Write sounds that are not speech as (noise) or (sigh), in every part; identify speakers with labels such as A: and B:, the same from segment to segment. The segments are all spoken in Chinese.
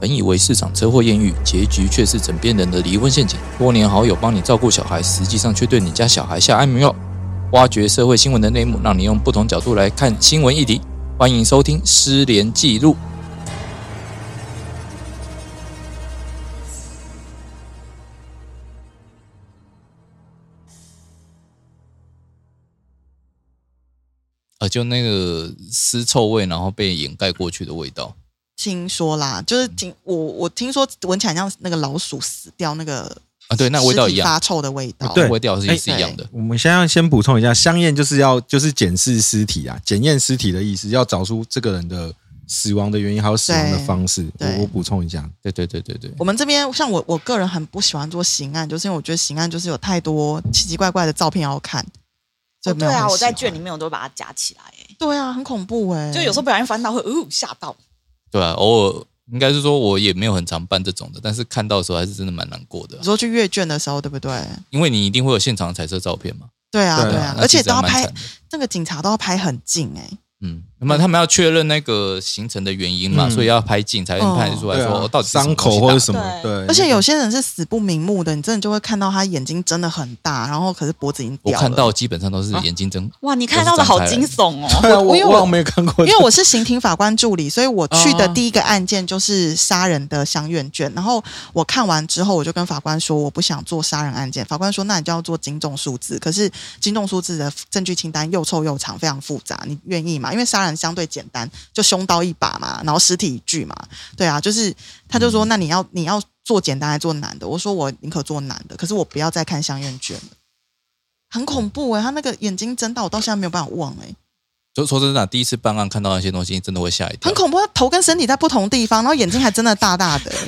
A: 本以为市场车祸艳遇，结局却是枕边人的离婚陷阱。多年好友帮你照顾小孩，实际上却对你家小孩下安眠药。挖掘社会新闻的内幕，让你用不同角度来看新闻议题。欢迎收听《失联记录》。啊，就那个尸臭味，然后被掩盖过去的味道。
B: 听说啦，就是
A: 嗯
B: 听我我听说闻起来像那个老鼠死掉那个
A: 啊对那味道
B: 尸体
A: 一样
B: 发臭的味道。
A: 对，
C: 对
A: 味道是
C: 哎
A: 是一样的。
C: 我们先要先补充一下，香验就是要就是检视尸体啊，检验尸体的意思，要找出这个人的死亡的原因，还有死亡的方式。我
B: 对对
C: 我补充一下，
B: 哎
A: 对对对对对，
B: 我们这边像我我个人很不喜欢做刑案，就是因为我觉得刑案就是有太多奇奇怪怪的照片要看，就
D: 哦
B: 没
D: 对
B: 有
D: 啊，
B: 很
D: 我在
B: 喜欢
D: 卷里面我都会把它夹起来、欸，
B: 对啊，很恐怖哎、
D: 就有时候不小心翻到会哦吓到。
A: 对啊，偶尔应该是说我也没有很常办这种的，但是看到的时候还是真的蛮难过的啊
B: 你，说去阅卷的时候，对不对？
A: 因为你一定会有现场的彩色照片嘛，
B: 对啊，
C: 对啊
B: 对啊，而且都要拍
A: 那其实还蛮，惨的
B: 那个警察都要拍很近哎、
A: 嗯，那么他们要确认那个形成的原因嘛，
C: 嗯
A: 所以要拍近才能
B: 哦
A: 判出来
C: 对
A: 说、
C: 啊
A: 哦到底是什么
C: 伤口
A: 东西
C: 或者
A: 打
C: 什么，
D: 打
C: 对，
B: 而且有些人是死不瞑目的，你真的就会看到他眼睛真的很大，然后可是脖子已经
A: 我
B: 掉了。
A: 看到基本上都是眼睛睁，
D: 哇，你看到的好惊悚哦！
C: (laughs) 对啊，我
B: 因为我
C: 我好像没有看
B: (laughs)
C: 过，
B: 因为我是刑庭法官助理，所以我去的
A: 哦
B: 第一个案件就是杀人的相愿卷。然后我看完之后，我就跟法官说我不想做杀人案件。法官说那你就要做惊动数字，可是惊动数字的证据清单又臭又长，非常复杂，你愿意吗？因为杀人相对简单，就凶刀一把嘛，然后尸体一具嘛，对啊，就是他就说那你要你要做简单还是做难的？我说我宁可做难的，可是我不要再看相愿卷了。很恐怖哎、他那个眼睛睁到我到现在没有办法忘哎、
A: 就说真的啊、第一次办案看到那些东西，真的会吓一跳
B: 很。恐怖，他头跟身体在不同地方，然后眼睛还真的大大的。
A: (laughs)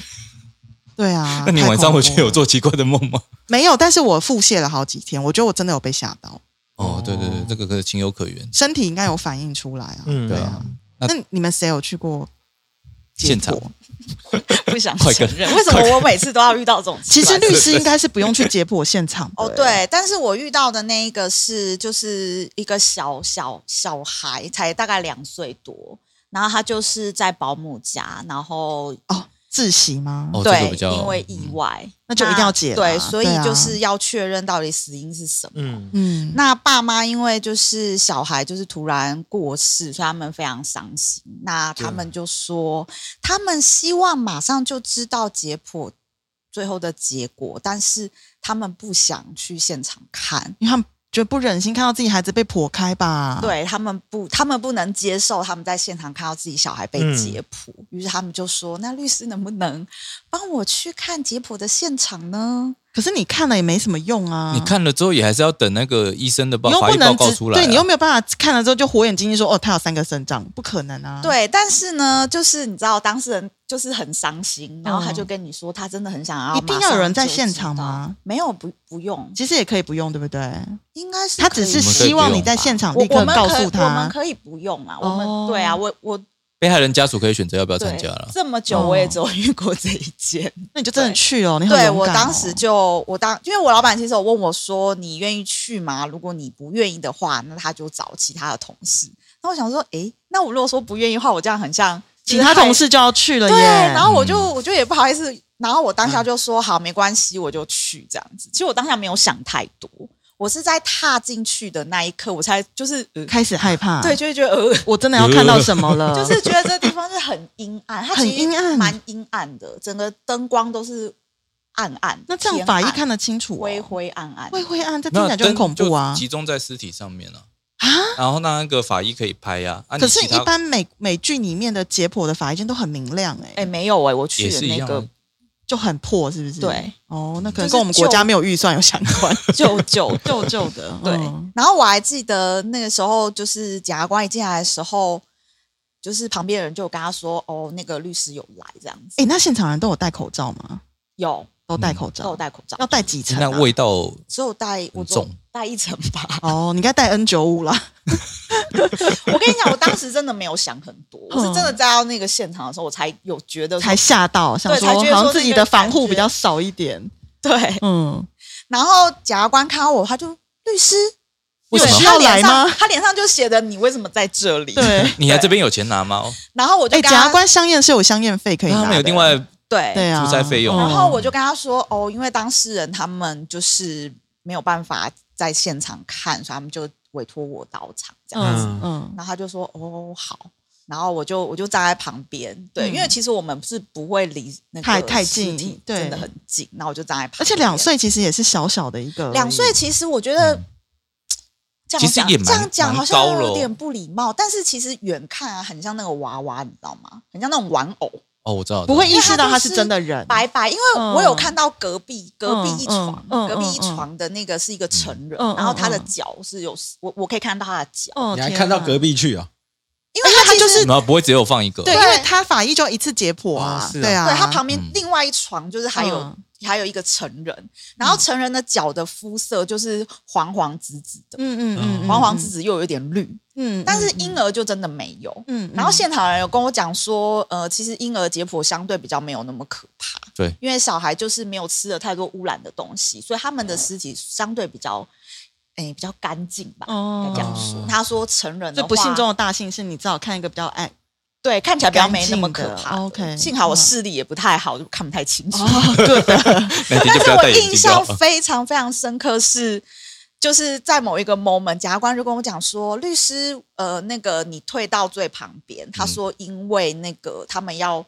B: 对啊，
A: 那你晚
B: 太
A: 上
B: 恐怖
A: 回
B: 了
A: 去有做奇怪的梦吗？
B: 没有？但是我腹泻了好几天，我觉得我真的有被吓到，
A: 哦，对对对，这个可情有可原。
B: 身体应该有反应出来啊。
C: 嗯
A: 对
B: 对
A: 啊
B: 啊。
A: 那
B: 那你们谁有去过结
A: 现场
B: 果？
D: 不想
A: 快
D: 承
A: 跟
D: 认，为什么我每次都要遇到这种奇
B: 其
D: 怪
B: 实
D: 的事？
B: 律师应该是不用去解剖现场的
D: (laughs) 哦，，对，但是我遇到的那一个是就是一个小小小孩，才大概两岁多，然后他就是在保姆家，然后
B: 哦，窒息吗？
A: 哦，这
D: 对
A: 个比，较
D: 因为意外，
B: 那就一定要解啦
D: 对，所以
B: 对啊
D: 就是要确认到底死因是什么。
C: 嗯，
B: 嗯，
D: 那爸妈因为就是小孩就是突然过世，所以他们非常伤心。那他们就说，他们希望马上就知道解剖最后的结果，但是他们不想去现场看。
B: 因为他们觉得不忍心看到自己孩子被剖开吧？，
D: 对他们不，他们不能接受他们在现场看到自己小孩被解剖，于是他们就说：“那律师能不能帮我去看解剖的现场呢？”
B: 可是你看了也没什么用啊。
A: 你看了之后也还是要等那个医生的报
B: 你又
A: 法
B: 不
A: 医报
B: 能
A: 告
B: 只
A: 出来啊、
B: 对你又没有办法看了之后就火眼金睛说哦，他有三个肾脏，不可能啊。
D: 对，但是呢，就是你知道，当事人就是很伤心，然后他就跟你说，他真的很想
B: 嗯一
D: 要马上就知
B: 定
D: 道，
B: 要有人在现场吗
D: 没有，不不用，
B: 其实也可以不用，对不对？
D: 应该是
B: 他
D: 可
B: 只
D: 以
B: 是
D: 吧
B: 希望你在现场
D: 我
B: 立刻
D: 我们
B: 告
D: 可以
B: 诉
D: 我
B: 他。
D: 们可以不用啊，我们、
B: 哦
D: 对啊，我我
A: 被害人家属可以选择要不要参
D: 对
A: 加了。
D: 这么久，
B: 哦
D: 我也只有遇过这一
B: (laughs)
D: 件。
B: 那你就真的去了，你很
D: 对
B: 勇
D: 我
B: 敢哦
D: 当时就我当，因为我老板其实有问我说，你愿意去吗？如果你不愿意的话，那他就找其他的同事。那我想说，诶，那我如果说不愿意的话，我这样很像
B: 其他同
D: 事。
B: 事就要去了耶。
D: 对，然后我就
A: 嗯
D: 我就也不好意思，然后我当下就说、好，没关系，我就去这样子。其实我当下没有想太多，我是在踏进去的那一刻，我才就是、呃
B: 开始害怕。
D: 对，，就会觉得呃，
B: 我真的要看到什么
A: (laughs)
B: 了？
D: 就是觉得这地方是很阴暗，它其实
B: 嗯很阴暗
D: 蛮阴暗的，整个灯光都是暗暗。
B: 那这样
D: 偏
B: 法医
D: 暗
B: 看得清楚哦，
D: 灰灰暗暗，
B: 灰灰暗，这听
A: 那
B: 起来就很
A: 灯
B: 恐怖啊
A: 集中在尸体上面啊，
B: 啊！
A: 然后那个法医可以拍呀、啊。啊
B: 可是
A: 你其他
B: 一般美美剧里面的解剖的法医间都很明亮哎、
D: 哎、没有哎、我去
A: 也
D: 的
A: 是一
D: 那
A: 样
D: 个
A: 啊，
B: 就很破，是不是？
D: 对。
B: 哦，那可
D: 就
B: 能
D: 是
B: 跟我们国家没有预算有相关， (laughs)
D: 旧旧的
B: 旧旧 (laughs) 的。
D: 对
B: 嗯，
D: 然后我还记得那个时候，就是检察官一进来的时候，就是旁边的人就有跟他说：“哦，那个律师有来，这样子
B: 哎、那现场人都有戴口罩吗？
D: 有
B: 都戴口罩，
D: 都有戴口罩，
B: 要戴几层、
A: 那
B: 啊？
A: 味道
D: 只有戴我
A: 很
D: 只
A: 重
D: 有戴一层吧。
B: 哦，你应该戴 N 九五啦。
D: 我跟你讲，我当时真的没有想很多，我是
B: 嗯
D: 真的在到那个现场的时候，我才有觉得说
B: 才吓到，想说
D: 才觉得说
B: 好像自己的防护比较少一点。
D: 对。
B: 嗯，
D: 然后检察官看到我，他就律师，
A: 为什
D: 对
A: 么
B: 需
D: 他
B: 要
D: 脸
B: 来
D: 上
B: 吗
D: 他脸上就写的你为什么在这里？ (laughs)
B: 对，
A: (laughs) 你来这边有钱拿吗？
D: 然后我就
B: 哎，
D: 跟
B: 检
D: 他、
B: 察官香艳是有香艳费可以
A: 那
B: 拿
A: 他们
B: 的，
A: 有另外
D: 对
B: 对啊
A: 出差费用
D: 然
A: 哦
D: 后我就跟他说：“哦，因为当事人他们就是没有办法在现场看，所以他们就委托我到场这样子。
B: 嗯嗯
D: 然后他就说：“哦，好。”然后我就我就站在旁边，对，
B: 嗯
D: 因为其实我们是不会离那个
B: 太太
D: 尸
B: 近
D: 体
B: 对
D: 真的很近。那我就站在旁边，
B: 而且两岁其实也是小小的一个而已，嗯
D: 两岁其实我觉得。这
A: 其
D: 样
A: 实
D: 讲，
A: 也蛮
D: 这样讲
A: 蛮
D: 好像
A: 高了哦
D: 有点不礼貌，但是其实远看啊，很像那个娃娃，你知道吗？很像那种玩偶，
A: 哦，我知道，
B: 不会意
D: 为
B: 识
D: 他
B: 到
D: 就
B: 他是
D: 是
B: 真的人，
D: 白白，因为我有
B: 嗯
D: 看到隔壁隔壁一床
B: 嗯嗯，
D: 隔壁一
B: 嗯嗯
D: 床的那个是一个成人
B: 嗯嗯，
D: 然后他的
B: 嗯
D: 脚是有我我可以看到他的脚，
B: 哦
C: 你还看到隔
B: 壁，
C: 壁去啊？
D: 因为他
B: 他就
D: 其实
B: 是
A: 然后不会只有放一个，
B: 对，因为他法医就一次解剖
C: 哦
B: 啊，
C: 是啊
B: 对啊，
D: 对他旁边
A: 嗯
D: 另外一床就是还有
B: 嗯
D: 还有一个成人，然后成人的脚的肤色就是黄黄紫紫的，
B: 嗯嗯嗯嗯，
D: 黄黄紫紫又有一点绿，
B: 嗯，嗯，
D: 但是婴儿就真的没有。
B: 嗯，嗯，
D: 然后现场人有跟我讲说，呃，其实婴儿解剖相对比较没有那么可怕，
A: 对，
D: 因为小孩就是没有吃了太多污染的东西，所以他们
A: 哦
D: 的尸体相对比较，诶、比较干净吧，
B: 哦
D: 应该这样说。他说成人的
B: 最
D: 话，
B: 不幸中的大幸是你至少看一个比较爱，
D: 对看起来比较没那么可
B: 干净
D: 怕
B: 的
D: 的。
B: OK，
D: 幸好我
B: 嗯哦
D: 视力也不太好，就看不太清楚。
A: 那天
D: 但
A: 就不
D: 是
A: 要
D: 我
B: (laughs)
A: 戴眼
D: 印
A: 镜就好
D: 象
A: 了。
D: 非常非常深刻是，就是在某一个 moment，检察官就跟我讲说，律师，呃，那个你退到最旁边，
A: 嗯
D: 他说因为那个他们要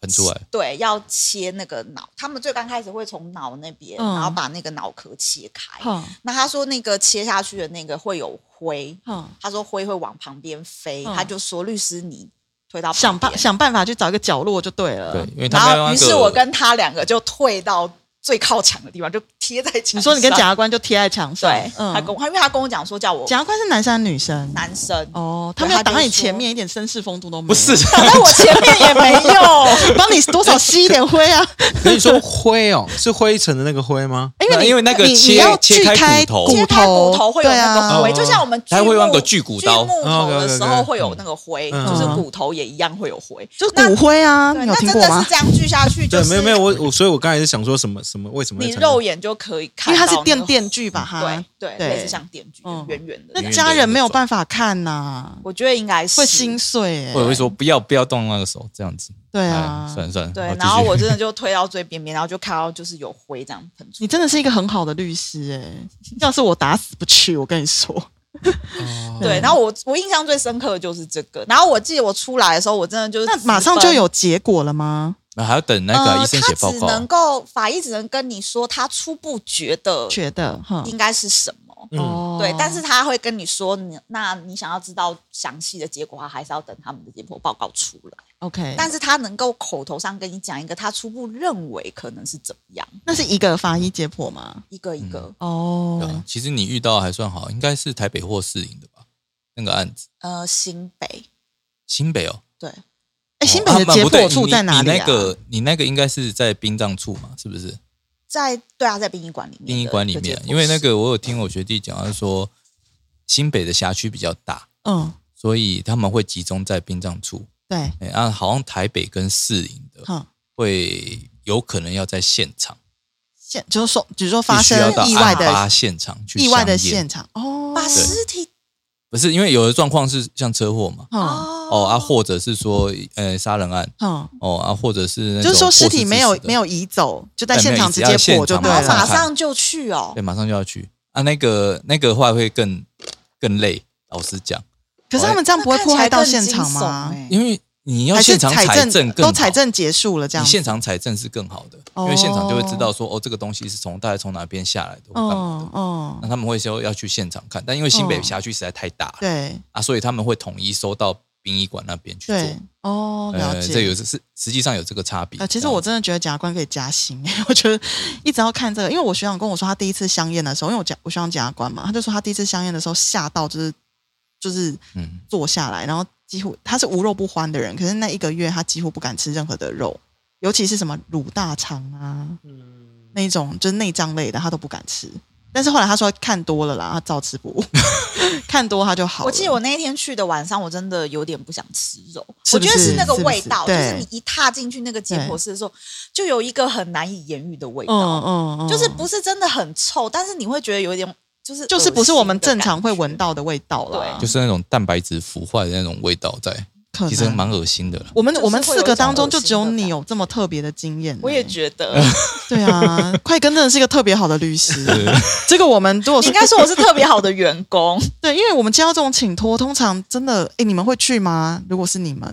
A: 喷出来，
D: 对，要切那个脑，他们最刚开始会从脑那边，
B: 嗯
D: 然后把那个脑壳切开。
B: 哼
D: 那他说那个切下去的那个会有灰，
B: 哼，
D: 他说灰会往旁边飞，
B: 嗯
D: 他就说律师你推到
B: 想
D: 旁
B: 办
D: 边。
B: 想办法去找一个角落就对了。
A: 对，因为
D: 然
A: 他们要
D: 后
A: 那
D: 于
A: 个
D: 是我跟他两个就退到最靠墙的地方，就贴在墙上。
B: 你说你跟检察官就贴在墙上，嗯
D: 对，他跟我，因为他跟我讲说叫我
B: 检察官是男生还是女生？
D: 男生，
B: 哦，
D: 对
B: 他没有
D: 他就
B: 挡在你
D: 说
B: 前面，一点绅士风度都
A: (laughs)
B: 没有。
A: 不
B: (laughs)
A: 是，
D: 挡在我前面也没用。
B: 帮你多少吸一点灰
A: (laughs)
B: 啊？
C: 跟你说灰哦，是灰尘的那个灰吗？
B: 因为
A: 那
B: 你
A: 因为那个
B: 你你
A: 切
B: 要
A: 切
B: 锯
A: 开
B: 开
A: 骨头
B: 骨
D: 切开骨头会有那
B: 对啊
D: 个灰，
C: 哦
D: 就像我们锯
A: 它会有那个锯
D: 锯
A: 骨刀
D: 锯木头的时
C: 哦，OK，OK，OK
D: 候会有那个灰，
C: 嗯
D: 就是骨头也一样会有灰，
B: 就是骨灰啊，
D: 对，
B: 你有
D: 那
B: 听
D: 真
B: 过
D: 的
B: 吗
D: 是？这样锯下去，就
C: 对，
D: 是
C: 没有没有，，我我所以，我刚才是想说什么什么为什么会
D: 你
C: 产生
D: 肉眼就可以
B: 因
D: 看
B: 为
D: 到
B: 它
D: 那
B: 是
D: 个，
B: 电电锯吧，哈
D: 对。对，
B: 对
D: 类似像电锯
B: 嗯，
D: 圆圆的
B: 那
A: 圆。
B: 家人没有办法看呐、
D: 我觉得应该
B: 会
D: 是
B: 心碎、
A: 我也
B: 欸。
A: 会说不要不要动那个手，这样子。
B: 对
A: 哎
B: 啊，
A: 算了算了。
D: 对
A: 好，继
D: 然后
A: 续
D: 我真的就推到最边边，然后就看到就是有灰这样喷出
B: 你真的是一个很好的律师哎、要是我打死不去，我跟你说，哦
D: 对，然后我我印象最深刻的就是这个。然后我记得我出来的时候，我真的就是
B: 那
D: 直
B: 马上
D: 奔
B: 就有结果了吗？
A: 那还要等那个医生写报
D: 呃、他只能
A: 告，啊
D: 够法医只能跟你说他初步觉得
B: 觉得哈，
D: 应该是什么。
C: 嗯，
B: 哦
D: 对，但是他会跟你说，你那你想要知道详细的结果的话，还是要等他们的解剖报告出来。
A: 哎
B: OK，但
D: 但是他能够口头上跟你讲一个他初步认为可能是怎么样，
B: 那是一个法医解剖吗？
D: 一个一个，
A: 对啊
B: 哦，
A: 其实你遇到还算好，应该是台北或市营的吧？那个案子，
D: 呃，新北
A: 新北哦。
D: 对，
B: 哎，新北
A: 哦
B: 的
A: 啊不
B: 解
A: 对
B: 剖处
A: 你
B: 在哪里、啊
A: 你那个你那个应该是在殡葬处嘛？是不是？
D: 在对啊，在殡仪馆里面的，
A: 殡仪馆里
D: 的解
A: 面啊
D: 剖，
A: 因为那
D: 室
A: 个我有听我学弟讲，他说新北的辖区比较大，
B: 嗯，
A: 所以他们会集中在殡葬处。
B: 对，
A: 哎，啊，好像台北跟市营的
B: 哈，
A: 会有可能要在现场，
B: 现就是说，只是说发
A: 必须
B: 生
A: 要到
B: 意外
A: 案发
B: 的
A: 现场去
B: 意外的
A: 相验
B: 现场哦，
D: 把尸体
A: 不是因为有的状况是像车祸嘛，
B: 嗯
A: 哦
D: 哦
A: 啊，或者是说呃杀人案
B: 嗯，
A: 哦啊，或者是那种
B: 就是说尸体没有
A: 过世致死的
B: 没有移走，就在
A: 对
B: 现
A: 没有
B: 场
A: 移
B: 直
A: 只要
B: 接
A: 现
B: 剖就
A: 场
B: 对
D: 然
A: 嘛
D: 后马
B: 了。
D: 上就去哦
A: 对，，马上就要去啊，那个那个话会更更累，老实讲，
B: 可是他们这样不会迫害到现场吗？
D: 因
A: 因为你要
B: 还是
A: 现场采
B: 证
A: 更好
B: 都采证结束了这样
A: 你
B: 子？
A: 现场采证是更好的，
B: 哦
A: 因为现场就会知道说哦，这个东西是从大概从哪边下来的，或干嘛
B: 哦
A: 的。
B: 哦
A: 那，他们会说要去现场看，但因为新北
B: 哦
A: 辖区实在太大了
B: 对
A: 啊，所以他们会统一收到殡仪馆那边去做
B: 对。，哦，了
A: 呃，
B: 解。
A: 这有是是实际上有这个差别。
B: 呃，其
A: 这
B: 实
A: 样
B: 我真的觉得检察官可以加薪， (laughs) 我觉得一直要看这个，因为我学长跟我说，他第一次相验的时候，因为我讲我学长检察官嘛，他就说他第一次相验的时候吓到就是就是
A: 嗯，
B: 坐下来，然后几乎他是无肉不欢的人，可是那一个月他几乎不敢吃任何的肉，尤其是什么卤大肠啊，
A: 嗯
B: 那一种就是内脏类的，他都不敢吃。但是后来他说看多了啦，他照吃不误， (laughs) 看多他就好了。
D: 我记得我那一天去的晚上，我真的有点不想吃肉，
B: 是
D: 我
B: 不
D: 觉得
B: 是
D: 是那个
B: 是不
D: 味
B: 是
D: 道，就
B: 对
D: 是你一踏进去那个解剖室的时候，就有一个很难以言喻的味
B: 嗯
D: 道，
B: 嗯嗯，
D: 就是不是真的很臭，但是你会觉得有一点。就是
B: 就是不是我们正常会
D: 到。
B: 闻到的味道啦，
D: 对
A: 就是那种蛋白质腐坏的那种味道在，
B: 可
A: 其实
B: 能
A: 蛮恶心的啦。 (laughs)
B: 我们
D: 就是
B: 我们四个当中
D: 会有一种
B: 就只有
D: 恶心的
B: 你
D: 感
B: 有这么特别的经验欸，
E: 我也觉得，
D: (laughs)
B: 对啊，快跟真的是一个特别好的律师。这个我们如果
E: 你
B: 是
E: 应该说我是特别好的员工，
B: 对，因为我们接到这种请托，通常真的，哎，你们会去吗？如果是你们，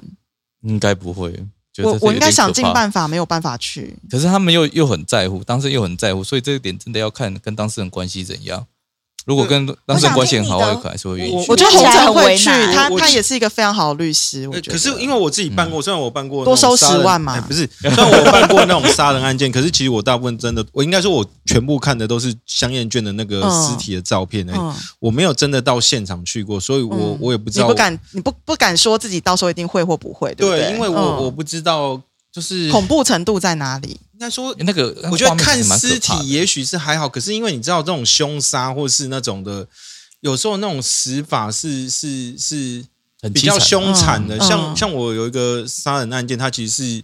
A: 应该不会，觉得
B: 我
A: 这
B: 我
A: 有点
B: 应该想尽
A: 可怕
B: 办法，没有办法去。
A: 可是他们又又很在乎，当事人又很在乎，所以这一点真的要看跟当事人关系怎样。如果跟
C: 嗯
A: 当事人关系很好，
D: 我想
A: 我
D: 听你的
A: 还是会愿意
C: 我
A: 去
B: 我觉得
E: 听起
B: 洪
E: 来
B: 晨
E: 很
B: 会
E: 为
B: 去，
E: 难
B: 他
C: 我我
B: 他也是一个非常好的律师，我
C: 呃
B: 觉
C: 可
B: 得。
C: 是因为我自己办
A: 嗯
C: 过，虽然我办过那
B: 多
C: 种
B: 收
C: 杀人
B: 10万嘛
C: 哎不是，虽然我办过那种杀人案件，可 (laughs) 是其实我大部分真的，我应该说，我全部看的都是香艳卷的那个
B: 嗯
C: 尸体的照片而已，
B: 嗯，
C: 我没有真的到现场去过，所以我、
B: 嗯
C: 哎我也不知
B: 你
C: 道
B: 不敢，你不不敢说自己到时候一定会或不会，不
C: 对
B: 对？
C: 因为我、
B: 嗯
C: 我不知道，就是
B: 恐怖程度在哪里？
C: 应该说
A: 那个，
C: 我觉
A: 那个画
C: 得
A: 面
C: 看
A: 其实蛮可
C: 尸
A: 怕的
C: 体也许是还好，可是因为你知道这种凶杀或是那种的，有时候那种死法是是是
A: 很
C: 比
A: 凄
C: 较
A: 惨
C: 凶残的，
B: 嗯
C: 像
B: 嗯
C: 像我有一个杀人案件，它其实是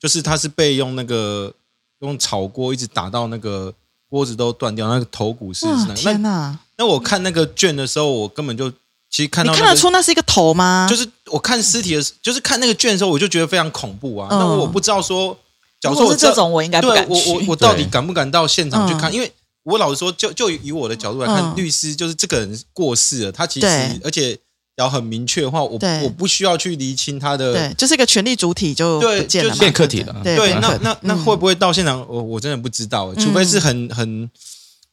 C: 就是它是被用那个用炒锅一直打到那个锅子都断掉，那个头骨是
B: 哇
C: 是，那
B: 啊天
C: 那
B: 哪！
C: 那我看那个卷的时候，我根本就其实看
B: 你
C: 到、那
B: 看得
C: 个
B: 出那是一个头吗？
C: 就是我看尸体的时，就是看那个卷的时候，我就觉得非常恐怖啊。
B: 嗯
C: 那、我不知道说， (laughs) 假
E: 如
C: 如说
E: 果
C: 我
E: 是
C: 知道
E: 这种，我应该不
C: 对
E: 敢
C: 我我
E: 去。
C: 我到底
A: 对
C: 敢不敢到现场去看？因为我老实说，就就以我的角度来看，
B: 嗯
C: 律师就是这个人过世了，他其实
B: 对
C: 而且要很明确的话，我
B: 对
C: 我不需要去厘清他的。
B: 对，就是一个权力主体就
C: 对
B: 不见了
C: 就
B: 嘛，
C: 是
A: 变客体了
B: 对
C: 对，
B: 变
C: 那
B: 客体
C: 那那
B: 嗯
C: 会不会到现场？我我真的不知道欸，除非是很很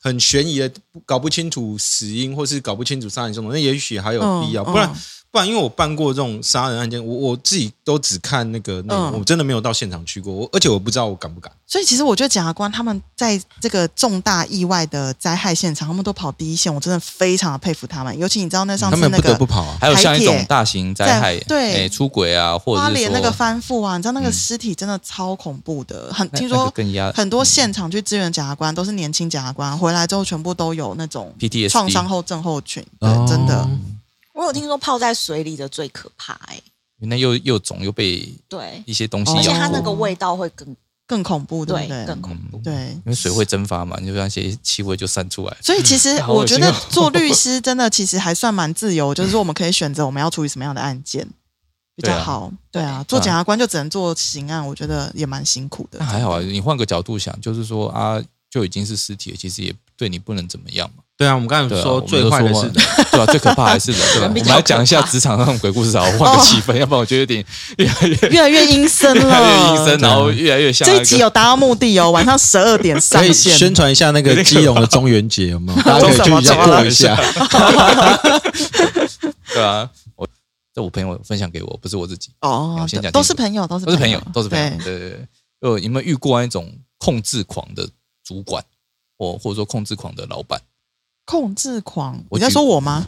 C: 很悬疑的，搞不清楚死因，或是搞不清楚杀人凶手，那也许还有
B: 嗯
C: 必要。
B: 嗯
C: 不然不然，因为我办过这种杀人案件，我我自己都只看那个内
B: 嗯
C: 容，我真的没有到现场去过，我而且我不知道我敢不敢。
B: 所以其实我觉得检察官他们在这个重大意外的灾害现场，他们都跑第一线，我真的非常的佩服他们。尤其你知道那上
C: 他
B: 次
C: 们
B: 那
C: 不得
B: 个
C: 不跑啊！
A: 还有像一
B: 台
A: 种
B: 铁
A: 大型灾害，
B: 在对
A: 哎出轨啊，或
B: 花
A: 者是
B: 莲
A: 说
B: 那个翻覆啊，你知道那个
A: 嗯
B: 尸体真的超恐怖的，很
A: 那
B: 听
A: 那个
B: 说
A: 更压
B: 很
C: 嗯
B: 多现场去支援检察官都是年轻检察官，回来之后全部都有那种
A: PTSD
B: 创伤后症候群，对，
C: 哦
B: 真
D: 哦
B: 的。
D: 我有听说泡在水里的最可怕、哎，
A: 那又又肿又被
D: 对，
A: 一些东西
B: 哦
D: 而且
A: 咬
D: 它那
A: 过，
D: 个味道会
B: 嗯
D: 更
B: 更恐怖，对
D: 对
B: 不对？
D: 更恐怖。
B: 对。
A: 嗯因为水会蒸发嘛，你就那些气味就散出来。
B: 所以其实
A: 好
B: 我
A: 恶
B: 觉
A: 心
B: 得
A: 哦
B: (laughs) 做律师真的其实还算蛮自由，就是说我们可以选择我们要处理什么样的案件比较
A: 对啊
B: 好。对啊，做检察官就只能做刑案，我觉得也蛮辛苦的
A: 那。还好啊，你换个角度想，就是说啊，就已经是尸体了，其实也对你不能怎么样嘛。
C: 对啊，我们刚
A: 对
C: 才
A: 啊，
C: 说
A: 我们
C: 最
A: 都
C: 坏的
A: 说
C: 是
A: 嘛， (laughs) 对啊，最可怕还是人，对吧？我
D: 人比
A: 们
D: 较
A: 来讲一下
D: 可怕
A: 职场上的鬼故事啊，我换个气氛，要不然我觉得有点越来越
B: (laughs) 越来越阴
A: (laughs)
B: 森
A: 越来
B: 了，
A: 越阴森，然后越来越像
B: 这
A: 那
B: 一集
A: 个。
B: 嗯有达到目的哦，晚上十二点上
C: 可以
B: 线。
C: 宣传一下那个基隆的中元节，有
B: (laughs)
C: 没有？大家可以去一下过一下。
A: 对啊，我这我朋友分享给我，不是我自己，
B: 哦
A: 我先，讲
B: 都是朋友，都是
A: 都是朋友，都是朋友。
B: 对
A: 对对对，呃，有没有遇过那种控制狂的主管，或或者说控制狂的老板？
B: 控制狂，
A: 我
B: 你在
A: 举
B: 说我吗？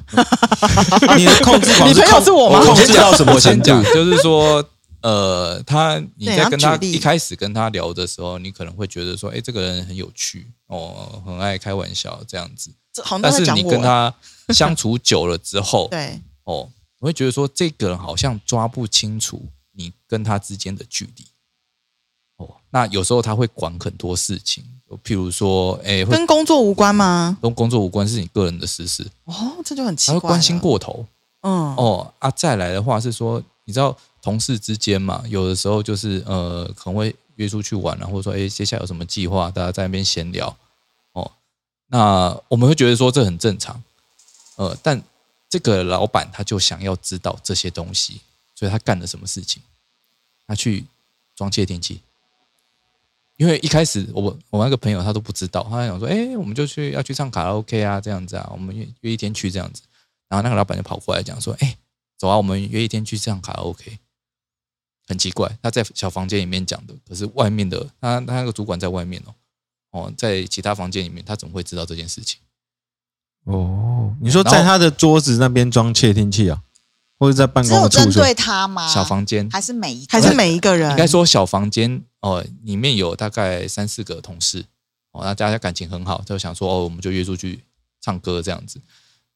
C: 你的控制狂
B: 你朋友
C: 控
B: 是我吗
C: 控
A: 先
C: 制到
A: 讲
C: 什么
A: 哦我先
C: 程
A: 讲，？
C: 度
A: (laughs) 就是说，呃，他你
B: 对
A: 在
B: 要
A: 跟他
B: 举例
A: 一开始跟他聊的时候，你可能会觉得说，哎，这个人很有趣哦，很爱开玩笑这样子。
B: 这好像
A: 但
B: 都在
A: 是
B: 讲
A: 你
B: 我。，
A: 跟他相处久了之后
B: (laughs) 对，
A: 哦，我会觉得说这个人好像抓不清楚你跟他之间的距离。哦，那有时候他会管很多事情，譬如说，哎，会
B: 跟工作无关吗？
A: 跟工作无关，是你个人的私事，
B: 哦，这就很奇
A: 他
B: 怪
A: 会
B: 了。
A: 关心过头。
B: 嗯，
A: 哦啊，再来的话是说，你知道同事之间嘛，有的时候就是呃，可能会约出去玩啊，或者说哎、诶接下来有什么计划，大家在那边闲聊哦。那我们会觉得说这很正常，呃，但这个老板他就想要知道这些东西，所以他干了什么事情？他去装窃听器。因为一开始我我那个朋友他都不知道，他想说，哎、我们就去要去唱卡拉 OK 啊，这样子啊，我们约约一天去这样子。然后那个老板就跑过来讲说：“哎、走啊，我们约一天去唱卡拉 OK。”很奇怪，他在小房间里面讲的，可是外面的他他那个主管在外面哦哦，在其他房间里面，他怎么会知道这件事情？
C: 哦，你说在他的桌子那边装窃听器啊，或者在办
D: 只有
C: 公处
D: 针
C: 是吧
D: 对它吗？
A: 小房间
D: 还是每一个
B: 还是每一个人
A: 应该说小房间哦，里面有大概三四个同事哦，那大家感情很好，就想说哦，我们就约出去唱歌这样子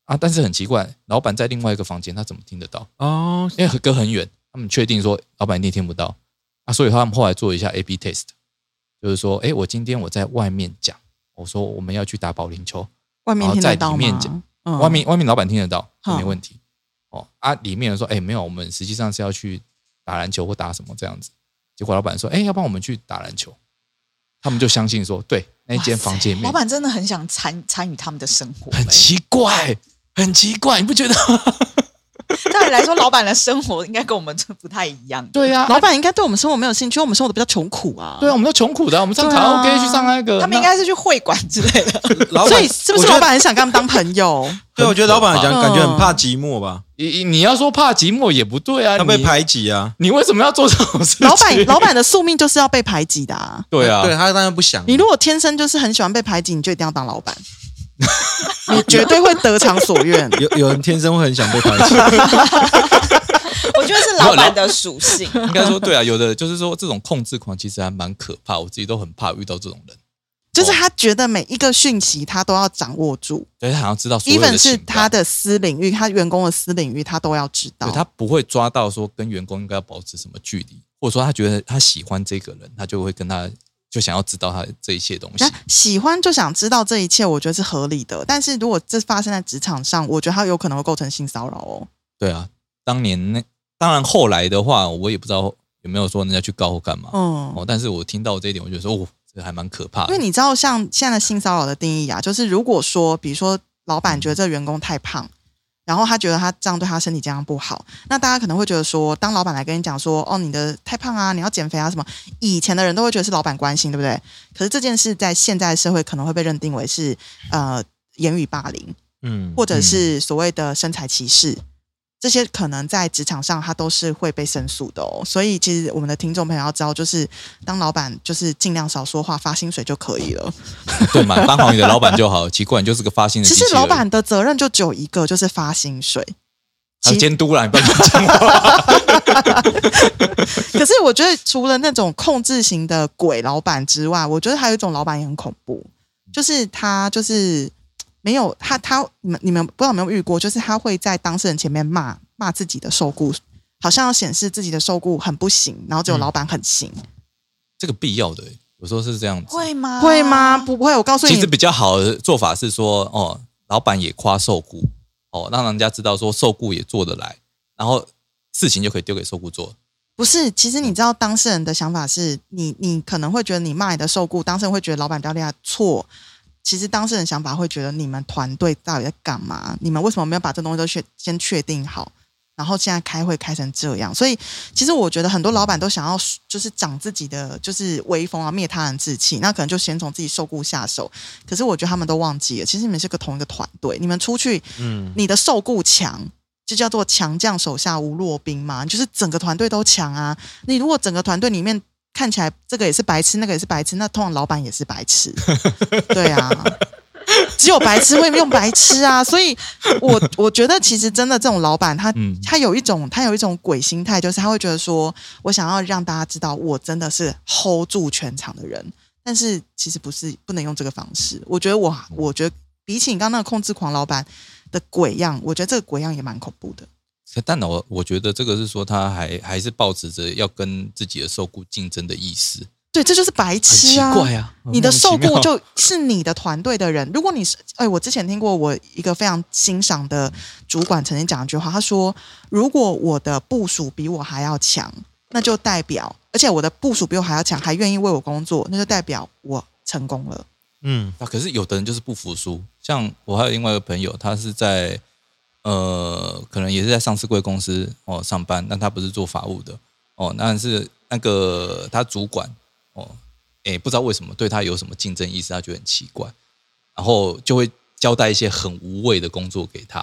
A: 啊。但是很奇怪，老板在另外一个房间，他怎么听得到？
C: 哦，
A: 因为隔很远，他们确定说老板一定听不到啊，所以他们后来做一下 A/B test，就是说，哎，我今天我在外面讲，我说我们要去打保龄球，
B: 外面
A: 然后
B: 听
A: 在
B: 得到
A: 里面
B: 吗
A: 讲，？
D: 哦
B: 嗯
A: 外面外面老板听得到，
B: 嗯
A: 没问题。哦啊，里面人说，哎、没有，我们实际上是要去打篮球或打什么这样子。结果老板说，哎、要不然我们去打篮球。他们就相信说，对，那一间房间里面
D: 老板真的很想参参与他们的生活、欸
A: 很奇怪，很奇怪，你不觉得？
D: 照理来说，老板的生活应该跟我们这不太一样。
A: 对呀、
B: (laughs) 老板应该对我们生活没有兴趣，因为我们生活的比较穷苦啊。
A: 对啊，我们都穷苦的啊，我们上
B: 对
A: 卡
B: 啊
A: 拉 OK 去上那个，
D: 他们应该是去会馆之类的。
C: 老板
B: 所以是不是
C: 我觉
B: 老
C: 得
B: 板很想跟他们当朋友？
C: 对，我觉得老板讲
B: 嗯
C: 感觉很怕寂寞吧，
A: 那你你要说怕寂寞也不对
B: 嗯
A: 啊，
C: 他被
A: 你
C: 排挤啊。
A: 你为什么要做这种事情？
B: 老板，老板的宿命就是要被排挤的、啊。
A: (laughs) 对啊，
C: 对他当然不想。
B: 你如果天生就是很喜欢被排挤，你就一定要当老板，你绝对会得偿所愿。
C: 有有人天生会很想被
D: (laughs)
C: 排挤，
D: 我觉得是老板的
B: (laughs)
D: 属性。
A: 应该说对啊，有的就是说这种控制狂其实还蛮可怕，我自己都很怕遇到这种人，
B: 就是他觉得每一个讯息他都要掌握住
A: 对他好像知道所有的
B: ，even 是
A: 情报
B: 他的私领域，他员工的私领域，他都要知道
A: 对。他不会抓到说跟员工应该要保持什么距离，或者说他觉得他喜欢这个人，他就会跟他就想要知道他这一切东西
B: 那。喜欢就想知道这一切，我觉得是合理的。但是如果这发生在职场上，我觉得他有可能会构成性骚扰哦。
A: 对啊，当年那当然后来的话，我也不知道有没有说人家去告或干嘛。
B: 嗯，
A: 哦，但是我听到这一点，我就说哦，这还蛮可怕的。
B: 因为你知道，像现在的性骚扰的定义啊，就是如果说，比如说老板觉得这个员工太胖，然后他觉得他这样对他身体健康不好，那大家可能会觉得说，当老板来跟你讲说，哦，你的太胖啊，你要减肥啊什么，以前的人都会觉得是老板关心，对不对？可是这件事在现在的社会可能会被认定为是呃言语霸凌，
C: 嗯，
B: 或者是所谓的身材歧视。这些可能在职场上，它都是会被申诉的哦。所以，其实我们的听众朋友要知道，就是当老板就是尽量少说话，发薪水就可以了。
A: 对嘛，当好你的老板就好，奇怪，你就是个发薪的
B: 其
A: 机器
B: 实
A: 人。
B: 老板的责任就只有一个，就是发薪水。
A: 还有
B: 其
A: 监督啦，你不要乱讲话。
B: (laughs) 可是我觉得，除了那种控制型的鬼老板之外，我觉得还有一种老板也很恐怖，就是他就是没有他他你们你们不知道有没有遇过，就是他会在当事人前面骂骂自己的受雇，好像要显示自己的受雇很不行，然后
A: 嗯
B: 只有老板很行，
A: 这个必要的、欸，有时候是这样子。
D: 会吗？
B: 会吗？不啊会，我告诉
A: 其实
B: 你，
A: 比较好的做法是说，哦，老板也夸受雇，哦，让人家知道说受雇也做得来，然后事情就可以丢给受雇做。
B: 不是。其实你知道当事人的想法是你你可能会觉得你骂你的受雇，当事人会觉得老板比较厉害，错。其实当事人想法会觉得你们团队到底在干嘛？你们为什么没有把这东西都确先确定好？然后现在开会开成这样，所以其实我觉得很多老板都想要就是长自己的就是威风啊，灭他人志气，那可能就先从自己受雇下手。可是我觉得他们都忘记了，其实你们是个同一个团队，你们出去，
C: 嗯
B: 你的受雇强。就叫做强将手下无弱兵嘛，就是整个团队都强啊。你如果整个团队里面看起来这个也是白痴，那个也是白痴，那通常老板也是白痴， (laughs) 对啊，只有白痴会用白痴啊，所以我我觉得其实真的这种老板他、
A: 嗯
B: 他有一种他有一种鬼心态，就是他会觉得说我想要让大家知道我真的是 hold 住全场的人，但是其实不是不能用这个方式。我觉得我我觉得比起你刚刚那个控制狂老板的鬼样，我觉得这个鬼样也蛮恐怖的。
A: 但我我觉得这个是说，他还还是保持着要跟自己的受雇竞争的意识，
B: 对，这就是白
A: 很奇
B: 痴啊！
D: 哎
A: 怪啊。
B: 你的受
A: 莫
B: 雇
A: 名其妙
B: 就是你的团队的人。如果你是，哎，我之前听过我一个非常欣赏的主管曾经讲一句话，他说：“如果我的部署比我还要强，那就代表，而且我的部署比我还要强，还愿意为我工作，那就代表我成功了。
C: 嗯，
A: 啊，可是有的人就是不服输，像我还有另外一个朋友，他是在呃，可能也是在上市贵公司哦上班，但他不是做法务的哦，但是那个他主管哦，诶，不知道为什么对他有什么竞争意识，他觉得很奇怪，然后就会交代一些很无谓的工作给他，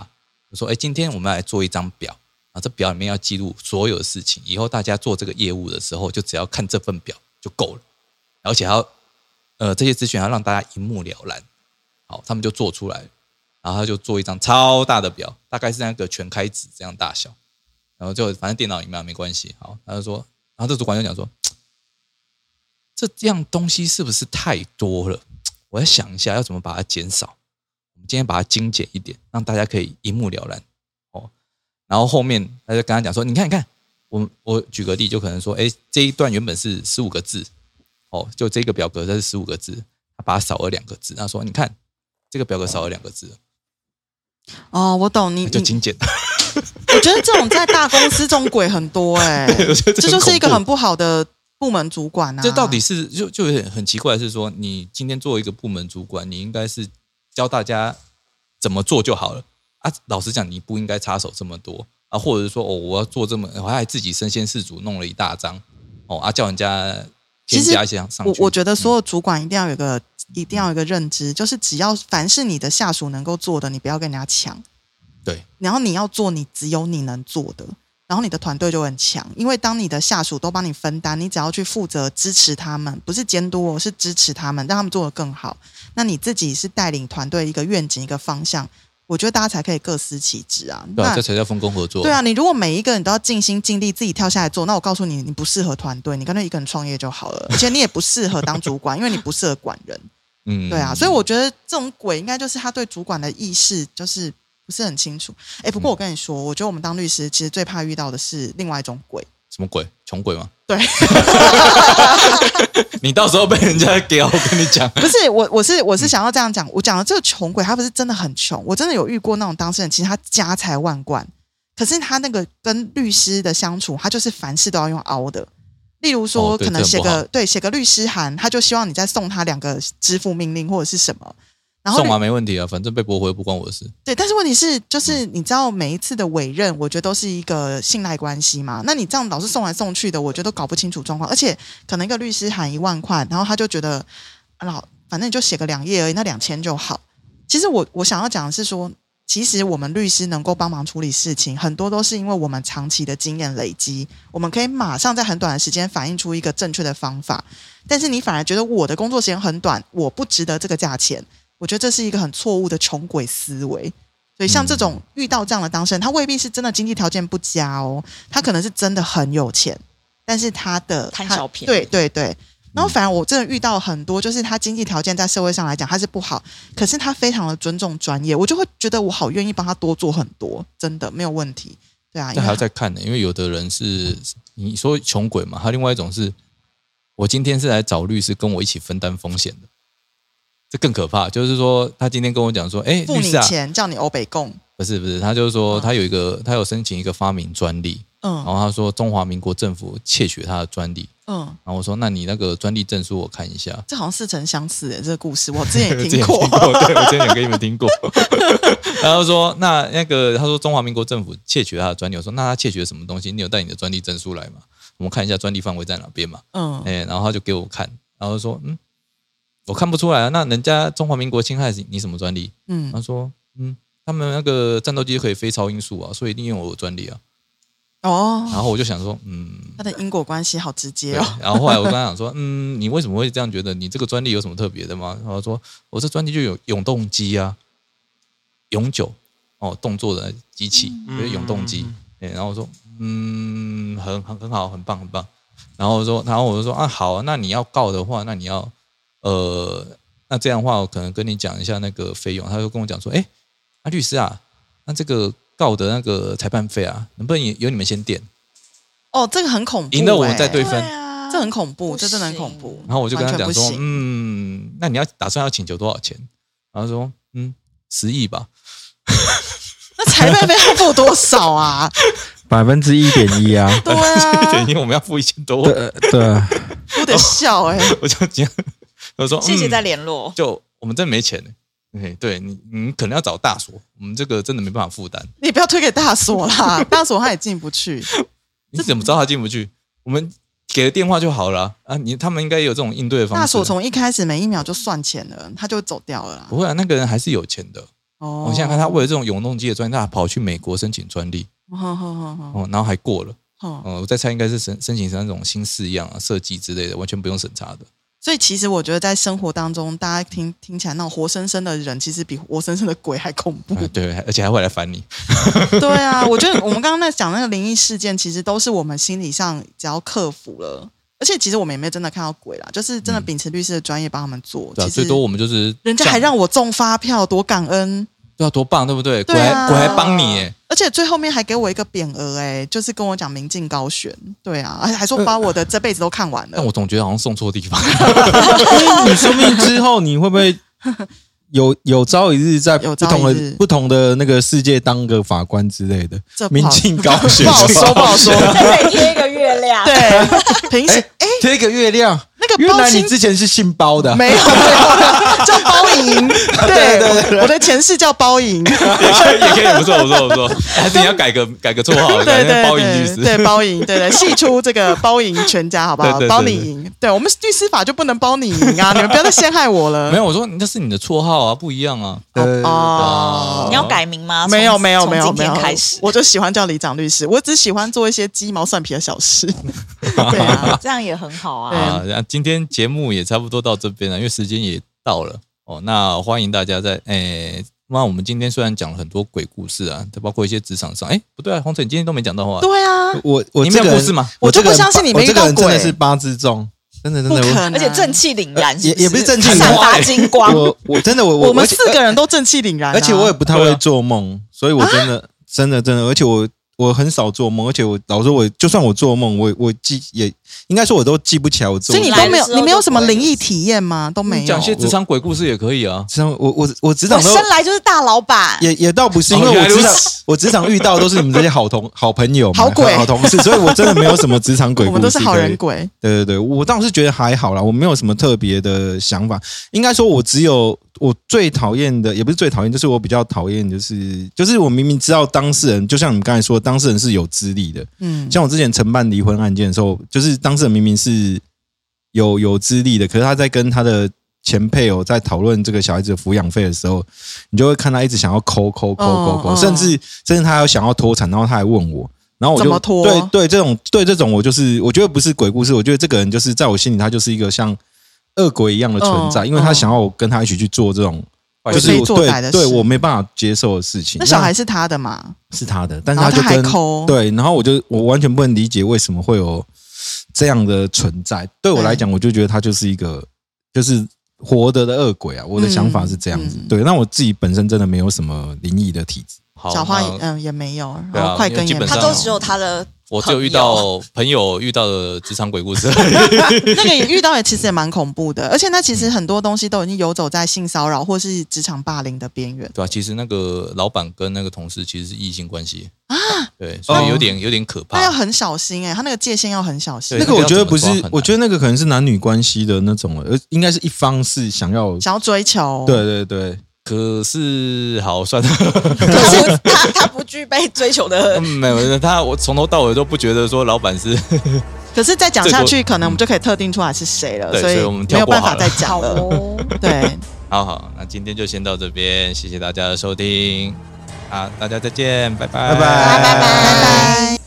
A: 就说，诶，今天我们来做一张表。啊，这表里面要记录所有的事情，以后大家做这个业务的时候，就只要看这份表就够了，而且还要呃这些资讯要让大家一目了然。好，他们就做出来了，然后他就做一张超大的表，大概是那个全开纸这样大小，然后就反正电脑里面啊没关系。好，他就说，然后这主管就讲说，这样东西是不是太多了？我要想一下要怎么把它减少。我们今天把它精简一点，让大家可以一目了然哦。然后后面他就跟他讲说，你看，你看，我我举个例，就可能说，哎，这一段原本是十五个字，哦，就这个表格它是十五个字，他把它少了两个字，他说你看这个表格少了两个字，
B: 哦，我懂你，
A: 就
B: 你
A: 精简。
B: 我觉得这种在大公司这种鬼
A: (laughs)
B: 很多哎、
A: 我觉得
B: 这
A: 很
B: 就是一个
A: 恐怖
B: 很不好的部门主管
A: (laughs)
B: 啊。
A: 这到底是就就有点很奇怪，是说你今天作为一个部门主管，你应该是教大家怎么做就好了啊。老实讲，你不应该插手这么多啊，或者是说哦，我要做这么，我还自己身先士卒弄了一大张哦啊，叫人家添加一些上去。嗯
B: 我我觉得所有主管一定要有个、一定要有一个认知，就是只要凡是你的下属能够做的，你不要跟人家抢。
A: 对，
B: 然后你要做你只有你能做的，然后你的团队就很强，因为当你的下属都帮你分担，你只要去负责支持他们，不是监督哦，是支持他们，让他们做得更好。那你自己是带领团队一个愿景一个方向，我觉得大家才可以各司其职啊。
A: 对啊，
B: 那
A: 这才叫分工合作。
B: 对啊，你如果每一个人都要尽心尽力自己跳下来做，那我告诉你，你不适合团队，你干脆一个人创业就好了。而且你也不适合当主管，因为你不适合管人。
A: 嗯，嗯
B: 对啊，所以我觉得这种鬼应该就是他对主管的意识就是不是很清楚。哎，不过我跟你说，我觉得我们当律师其实最怕遇到的是另外一种鬼。
A: 什么鬼？穷鬼吗？
B: 对，
A: (laughs) 你到时候被人家给，我 (laughs) 跟你讲，
B: 不是我，我是我是想要这样讲，我讲的这个穷鬼，他不是真的很穷，我真的有遇过那种当事人，其实他家财万贯，可是他那个跟律师的相处，他就是凡事都要用凹的。例如说，
A: 哦对
B: 可能
A: 这
B: 写
A: 很不
B: 个、
A: 好
B: 对写个律师函，他就希望你再送他两个支付命令或者是什么，然后
A: 送完没问题啊，反正被驳回不关我的事。
B: 对，啊但是问题是，就是你知道每一次的委任，我觉得都是一个信赖关系嘛。那你这样老是送来送去的，我觉得都搞不清楚状况，而且可能一个律师喊一万块，然后他就觉得啊老，反正你就写个两页而已，那两千就好。其实我我想要讲的是说，其实我们律师能够帮忙处理事情，很多都是因为我们长期的经验累积，我们可以马上在很短的时间反映出一个正确的方法。但是你反而觉得我的工作时间很短，我不值得这个价钱。我觉得这是一个很错误的穷鬼思维。所以像
E: 嗯
B: 这种遇到这样的当事人，他未必是真的经济条件不佳哦，他可能是真的很有钱，但是他的
E: 贪
B: 他
E: 小便宜嗯
B: 对对对。然后反而我真的遇到很多，就是他经济条件在社会上来讲他是不好，可是他非常的尊重专业，我就会觉得我好愿意帮他多做很多，真的没有问题。对啊，因
A: 这还
B: 为
A: 要再看呢、因为有的人是你说穷鬼嘛，还有另外一种是，我今天是来找律师跟我一起分担风险的，这更可怕。就是说，他今天跟我讲说，哎，
B: 付
A: 律
B: 你
A: 师啊，
B: 钱叫你欧北共，
A: 不是不是，他就是说
B: 嗯
A: 他有一个，他有申请一个发明专利，然
B: 嗯
A: 后他说中华民国政府窃取他的专利，
B: 嗯，
A: 然后我说那你那个专利证书我看一下，
B: 这好像似曾相识诶，这个故事我之前也
A: (laughs) 之前
B: 听
A: 有
B: 过。
A: 对我之前有给你们听过。 (laughs) 然后说那那个他说中华民国政府窃取他的专利，我说那他窃取了什么东西？你有带你的专利证书来吗？我们看一下专利范围在哪边嘛。
B: 嗯，
A: 哎、然后他就给我看，然后说嗯，我看不出来啊。那人家中华民国侵害你什么专利？
B: 嗯，
A: 他说嗯，他们那个战斗机可以飞超音速啊，所以一定用我的专利啊。
B: 哦，
A: 然后我就想说嗯。
B: 它的因果关系好直接
A: 对啊
B: 哦。，
A: 然后后来我跟他讲说，嗯，你为什么会这样觉得？你这个专利有什么特别的吗？然后他说，我这专利就有永动机啊，永久哦，动作的机器，
C: 嗯
A: 就是永动机
C: 嗯。
A: 哎、然后我说，嗯，很很很好，很棒，很棒。然后我说，然后我就说啊，好啊那你要告的话，那你要呃，那这样的话，我可能跟你讲一下那个费用。他就跟我讲说，哎，啊，律师啊，那这个告的那个裁判费啊，能不能也由你们先垫，
B: 哦，这个很恐怖、欸，
A: 赢了我们再对分？
E: 啊
B: 这很恐怖，
E: 不
B: 这真的很恐
E: 行
B: 怖。
A: 然后我就跟他
B: 完全
A: 讲
B: 不
A: 说，
B: 行
A: 嗯，那你要打算要请求多少钱？然后他说，嗯，十亿吧。
B: 那裁判费要付多
A: (laughs)
B: 少啊？
C: 百分之一点一 (laughs) 啊，
B: 对啊，
A: 因为我们要付一千多
C: 对，呃对，
B: 我得笑哎、
A: 我就讲， (laughs) 我说
E: 谢谢再
A: 嗯、
E: 联络。
B: (laughs)
A: 就我们真没钱呢。哎，对你，你可能要找大所，我们这个真的没办法负担。
B: 你不要推给大锁啦，
A: (laughs)
B: 大锁他也进不去。
A: 你怎么知道他进不去？我们给了电话就好了啊！啊你他们应该也有这种应对的方式。
B: 大锁从一开始每一秒就算钱了，他就走掉了啦
A: 不。会啊，那个人还是有钱的。
B: 哦
A: 我想想看，他为了这种永动机的专利，他还跑去美国申请专利，
B: 好好好好
A: 哦，然后还过了。
B: 好，
A: 呃，我在猜应该是申申请那种新式样啊、设计之类的，完全不用审查的。
B: 所以其实我觉得在生活当中，大家听听起来那种活生生的人，其实比活生生的鬼还恐怖。
A: 啊对，而且还会来烦你。
B: (laughs) 对啊，我觉得我们刚刚在讲那个灵异事件，其实都是我们心理上只要克服了，而且其实我们也没有真的看到鬼啦，就是真的秉持律师的专业帮他们做。
A: 嗯对、啊，
B: 其实
A: 最多我们就是
B: 人家
A: 这样
B: 还让我中发票，多感恩！
A: 对啊，多棒，对不对？
B: 对啊
A: 鬼还鬼还帮你耶，
B: 而且最后面还给我一个匾额、哎，就是跟我讲明镜高悬，对啊，而且还
A: 呃
B: 说把我的这辈子都看完了。
A: 但我总觉得好像送错地方。
C: 你说不定之后你会不会有有朝一日在
B: 有
C: 不
B: 朝
C: 同
B: 一日
C: 的不同的那个世界当个法官之类的，
B: 这不
C: 民
B: 好
C: 进高学
B: 不好说，不好说。 (laughs)
D: 再可以贴一个月
B: 啊
D: 亮，
B: 对， (laughs) 平时哎，
C: 贴个月亮。
B: 那个
C: 越
B: 包
C: 南你
B: 青
C: 之前是姓包的啊，
B: (laughs) 没有，没有叫包
C: (laughs)
B: 银。
C: 对对
B: 对，我我的前世叫包
A: (laughs)
B: 银。
C: (laughs)
A: 也可以，也可以，不错，不错，不 (laughs) 错。还是你要改个改个绰号，
C: 哦
A: 改
B: 对对
A: 成包银律
B: 对
A: 师。
B: 对包赢，对对，系出这个包赢全家好不好
A: 对对？对
B: 包你赢，对我们律师法就不能包你赢
C: (laughs)
B: 啊！你们不要再陷害我了。
A: 没有，我说那是你的绰号啊，不一样啊。
C: 对
B: 哦
E: 你要改名吗？
B: 没有
E: 从
B: 没有没有
E: 从
B: 没
E: 今
B: 有
E: 天开始，
B: 我就喜欢叫李长律师，我只喜欢做一些鸡毛蒜皮的小
C: (laughs)
B: 事。对啊，
D: 这样也很好啊。
A: 啊，那今天节目也差不多到这边了，因为时间也到了哦。那欢迎大家在诶。那我们今天虽然讲了很多鬼故事啊，包括一些职场上，诶，不对啊，黄晨，你今天都没讲到话，
B: 对
C: (laughs)
B: 啊，
C: 我我
A: 你没有
C: 这个人
A: 故事吗？
B: 我就
C: 这个人
B: 不相信你没
C: 我这个
B: 遇到
C: 人真的
B: 鬼
C: 是八字重，真的真
B: 不
C: 的
B: 可
C: 我。
B: 能，
E: 而且正气凛然
C: 也
E: 是
C: 也不是正气凛然
E: 散发金光。
C: 我我真的我
B: 我们
C: 而且
B: 四个人都正气凛然啊，啊
C: 而且我也不太
A: 对
C: 会
A: 啊
C: 做梦，所以我真的、真的真的，而且我我很少做梦，而且我老实说我就算我做梦，我我记也应该说我都记不起来我做
B: 所以你
C: 梦。
B: 都没有，
D: 来的时候
B: 你没有什么灵异
D: 就不会
B: 体验吗？都没有
A: 讲一。些职场鬼故事也可以啊。
C: 职场我我我职
D: 我
C: 场都
D: 生来就是大老板，
C: 也也倒不是，
A: 哦
C: 因为
A: 原来
C: 我
A: 如
C: 职场
A: 此
C: 我职场遇到都是你们这些好同好朋友嘛、
B: 好鬼
C: 好同事，所以我真的没有什么职场
B: (laughs)
C: 鬼
B: 我
C: 故
B: 们
C: 事可以。
B: 都是好人鬼，
C: 对对对，我倒是觉得还好啦，我没有什么特别的想法。应该说，我只有我最讨厌的，也不是最讨厌，就是我比较讨厌，就是就是我明明知道当事人，就像你们刚才说，当事人是有资历的。
B: 嗯，
C: 像我之前承办离婚案件的时候，就是当事人明明是有有资历的，可是他在跟他的前配偶在讨论这个小孩子的抚养费的时候，你就会看他一直想要抠抠抠抠
B: 嗯嗯
C: 抠，甚至甚至他有想要脱产，然后他还问我，然后我就
B: 怎么脱
C: 对对这种对这种我就是我觉得不是鬼故事，我觉得这个人就是在我心里他就是一个像恶鬼一样的存在，
B: 嗯
C: 因为他想要我跟他一起去做这种。
A: 哦
C: 就
B: 为
C: 是
B: 非
C: 我
B: 作歹的
C: 对对
B: 事
C: 我没办法接受的事情。
B: 那小孩是他的嘛？
C: 是他的，但是
B: 然后
C: 就
B: 他还
C: 跟
B: 抠
C: 对，然后我就我完全不能理解为什么会有这样的存在。对我来讲，我就觉得他就是一个就是活得的恶鬼啊！我的想法是这样子。
B: 嗯嗯
C: 对，那我自己本身真的没有什么灵异的体质。
A: 好，
B: 小花也
A: 那
B: 嗯也没有，
A: 对
B: 然
A: 啊
B: 后快跟
A: 因为基
B: 也没
A: 本
B: 有，
A: 上
D: 他都只有他
C: (laughs)
D: 的，
A: 我只有遇
B: 哦
A: 到朋友遇到的职场鬼故
B: (laughs)
A: 事而已。
B: (laughs) 那个也遇到也其实也蛮恐怖
A: (laughs)
B: 的，而且那其实很多东西都已经游走在性骚扰或是职场霸凌的边缘。
A: 对啊，其实那个老板跟那个同事其实是异性关系啊，对，所以有点有点可
B: 那要
A: 怕。
B: 很小哦心哎、他那个界限要很小心
A: 对
C: 那。个我觉得不是
A: 那个要怎么抓很难，
C: 我觉得那个可能是男女关系的那种，而应该是一方是想要。
B: 想要追求，
C: 对对对，
A: 可是好，算了， (laughs)
C: 啊
D: 他不他他不具备追求的
A: 没有他，我从头到尾都不觉得说老板是
B: 可是再讲下去，可能我们就可以特定出来是谁了，
A: 对
B: 所以
A: 所以我们
B: 没
A: 跳
B: 有
A: 过
B: 办
A: 好
B: 法
A: 了
B: 再讲
D: 好
B: 了。
D: 哦。
C: 嗯
B: 对，
A: 好好，那今天就先到这边，谢谢大家的收听，啊，大家再见，拜拜，
C: 拜拜
D: 拜拜拜拜。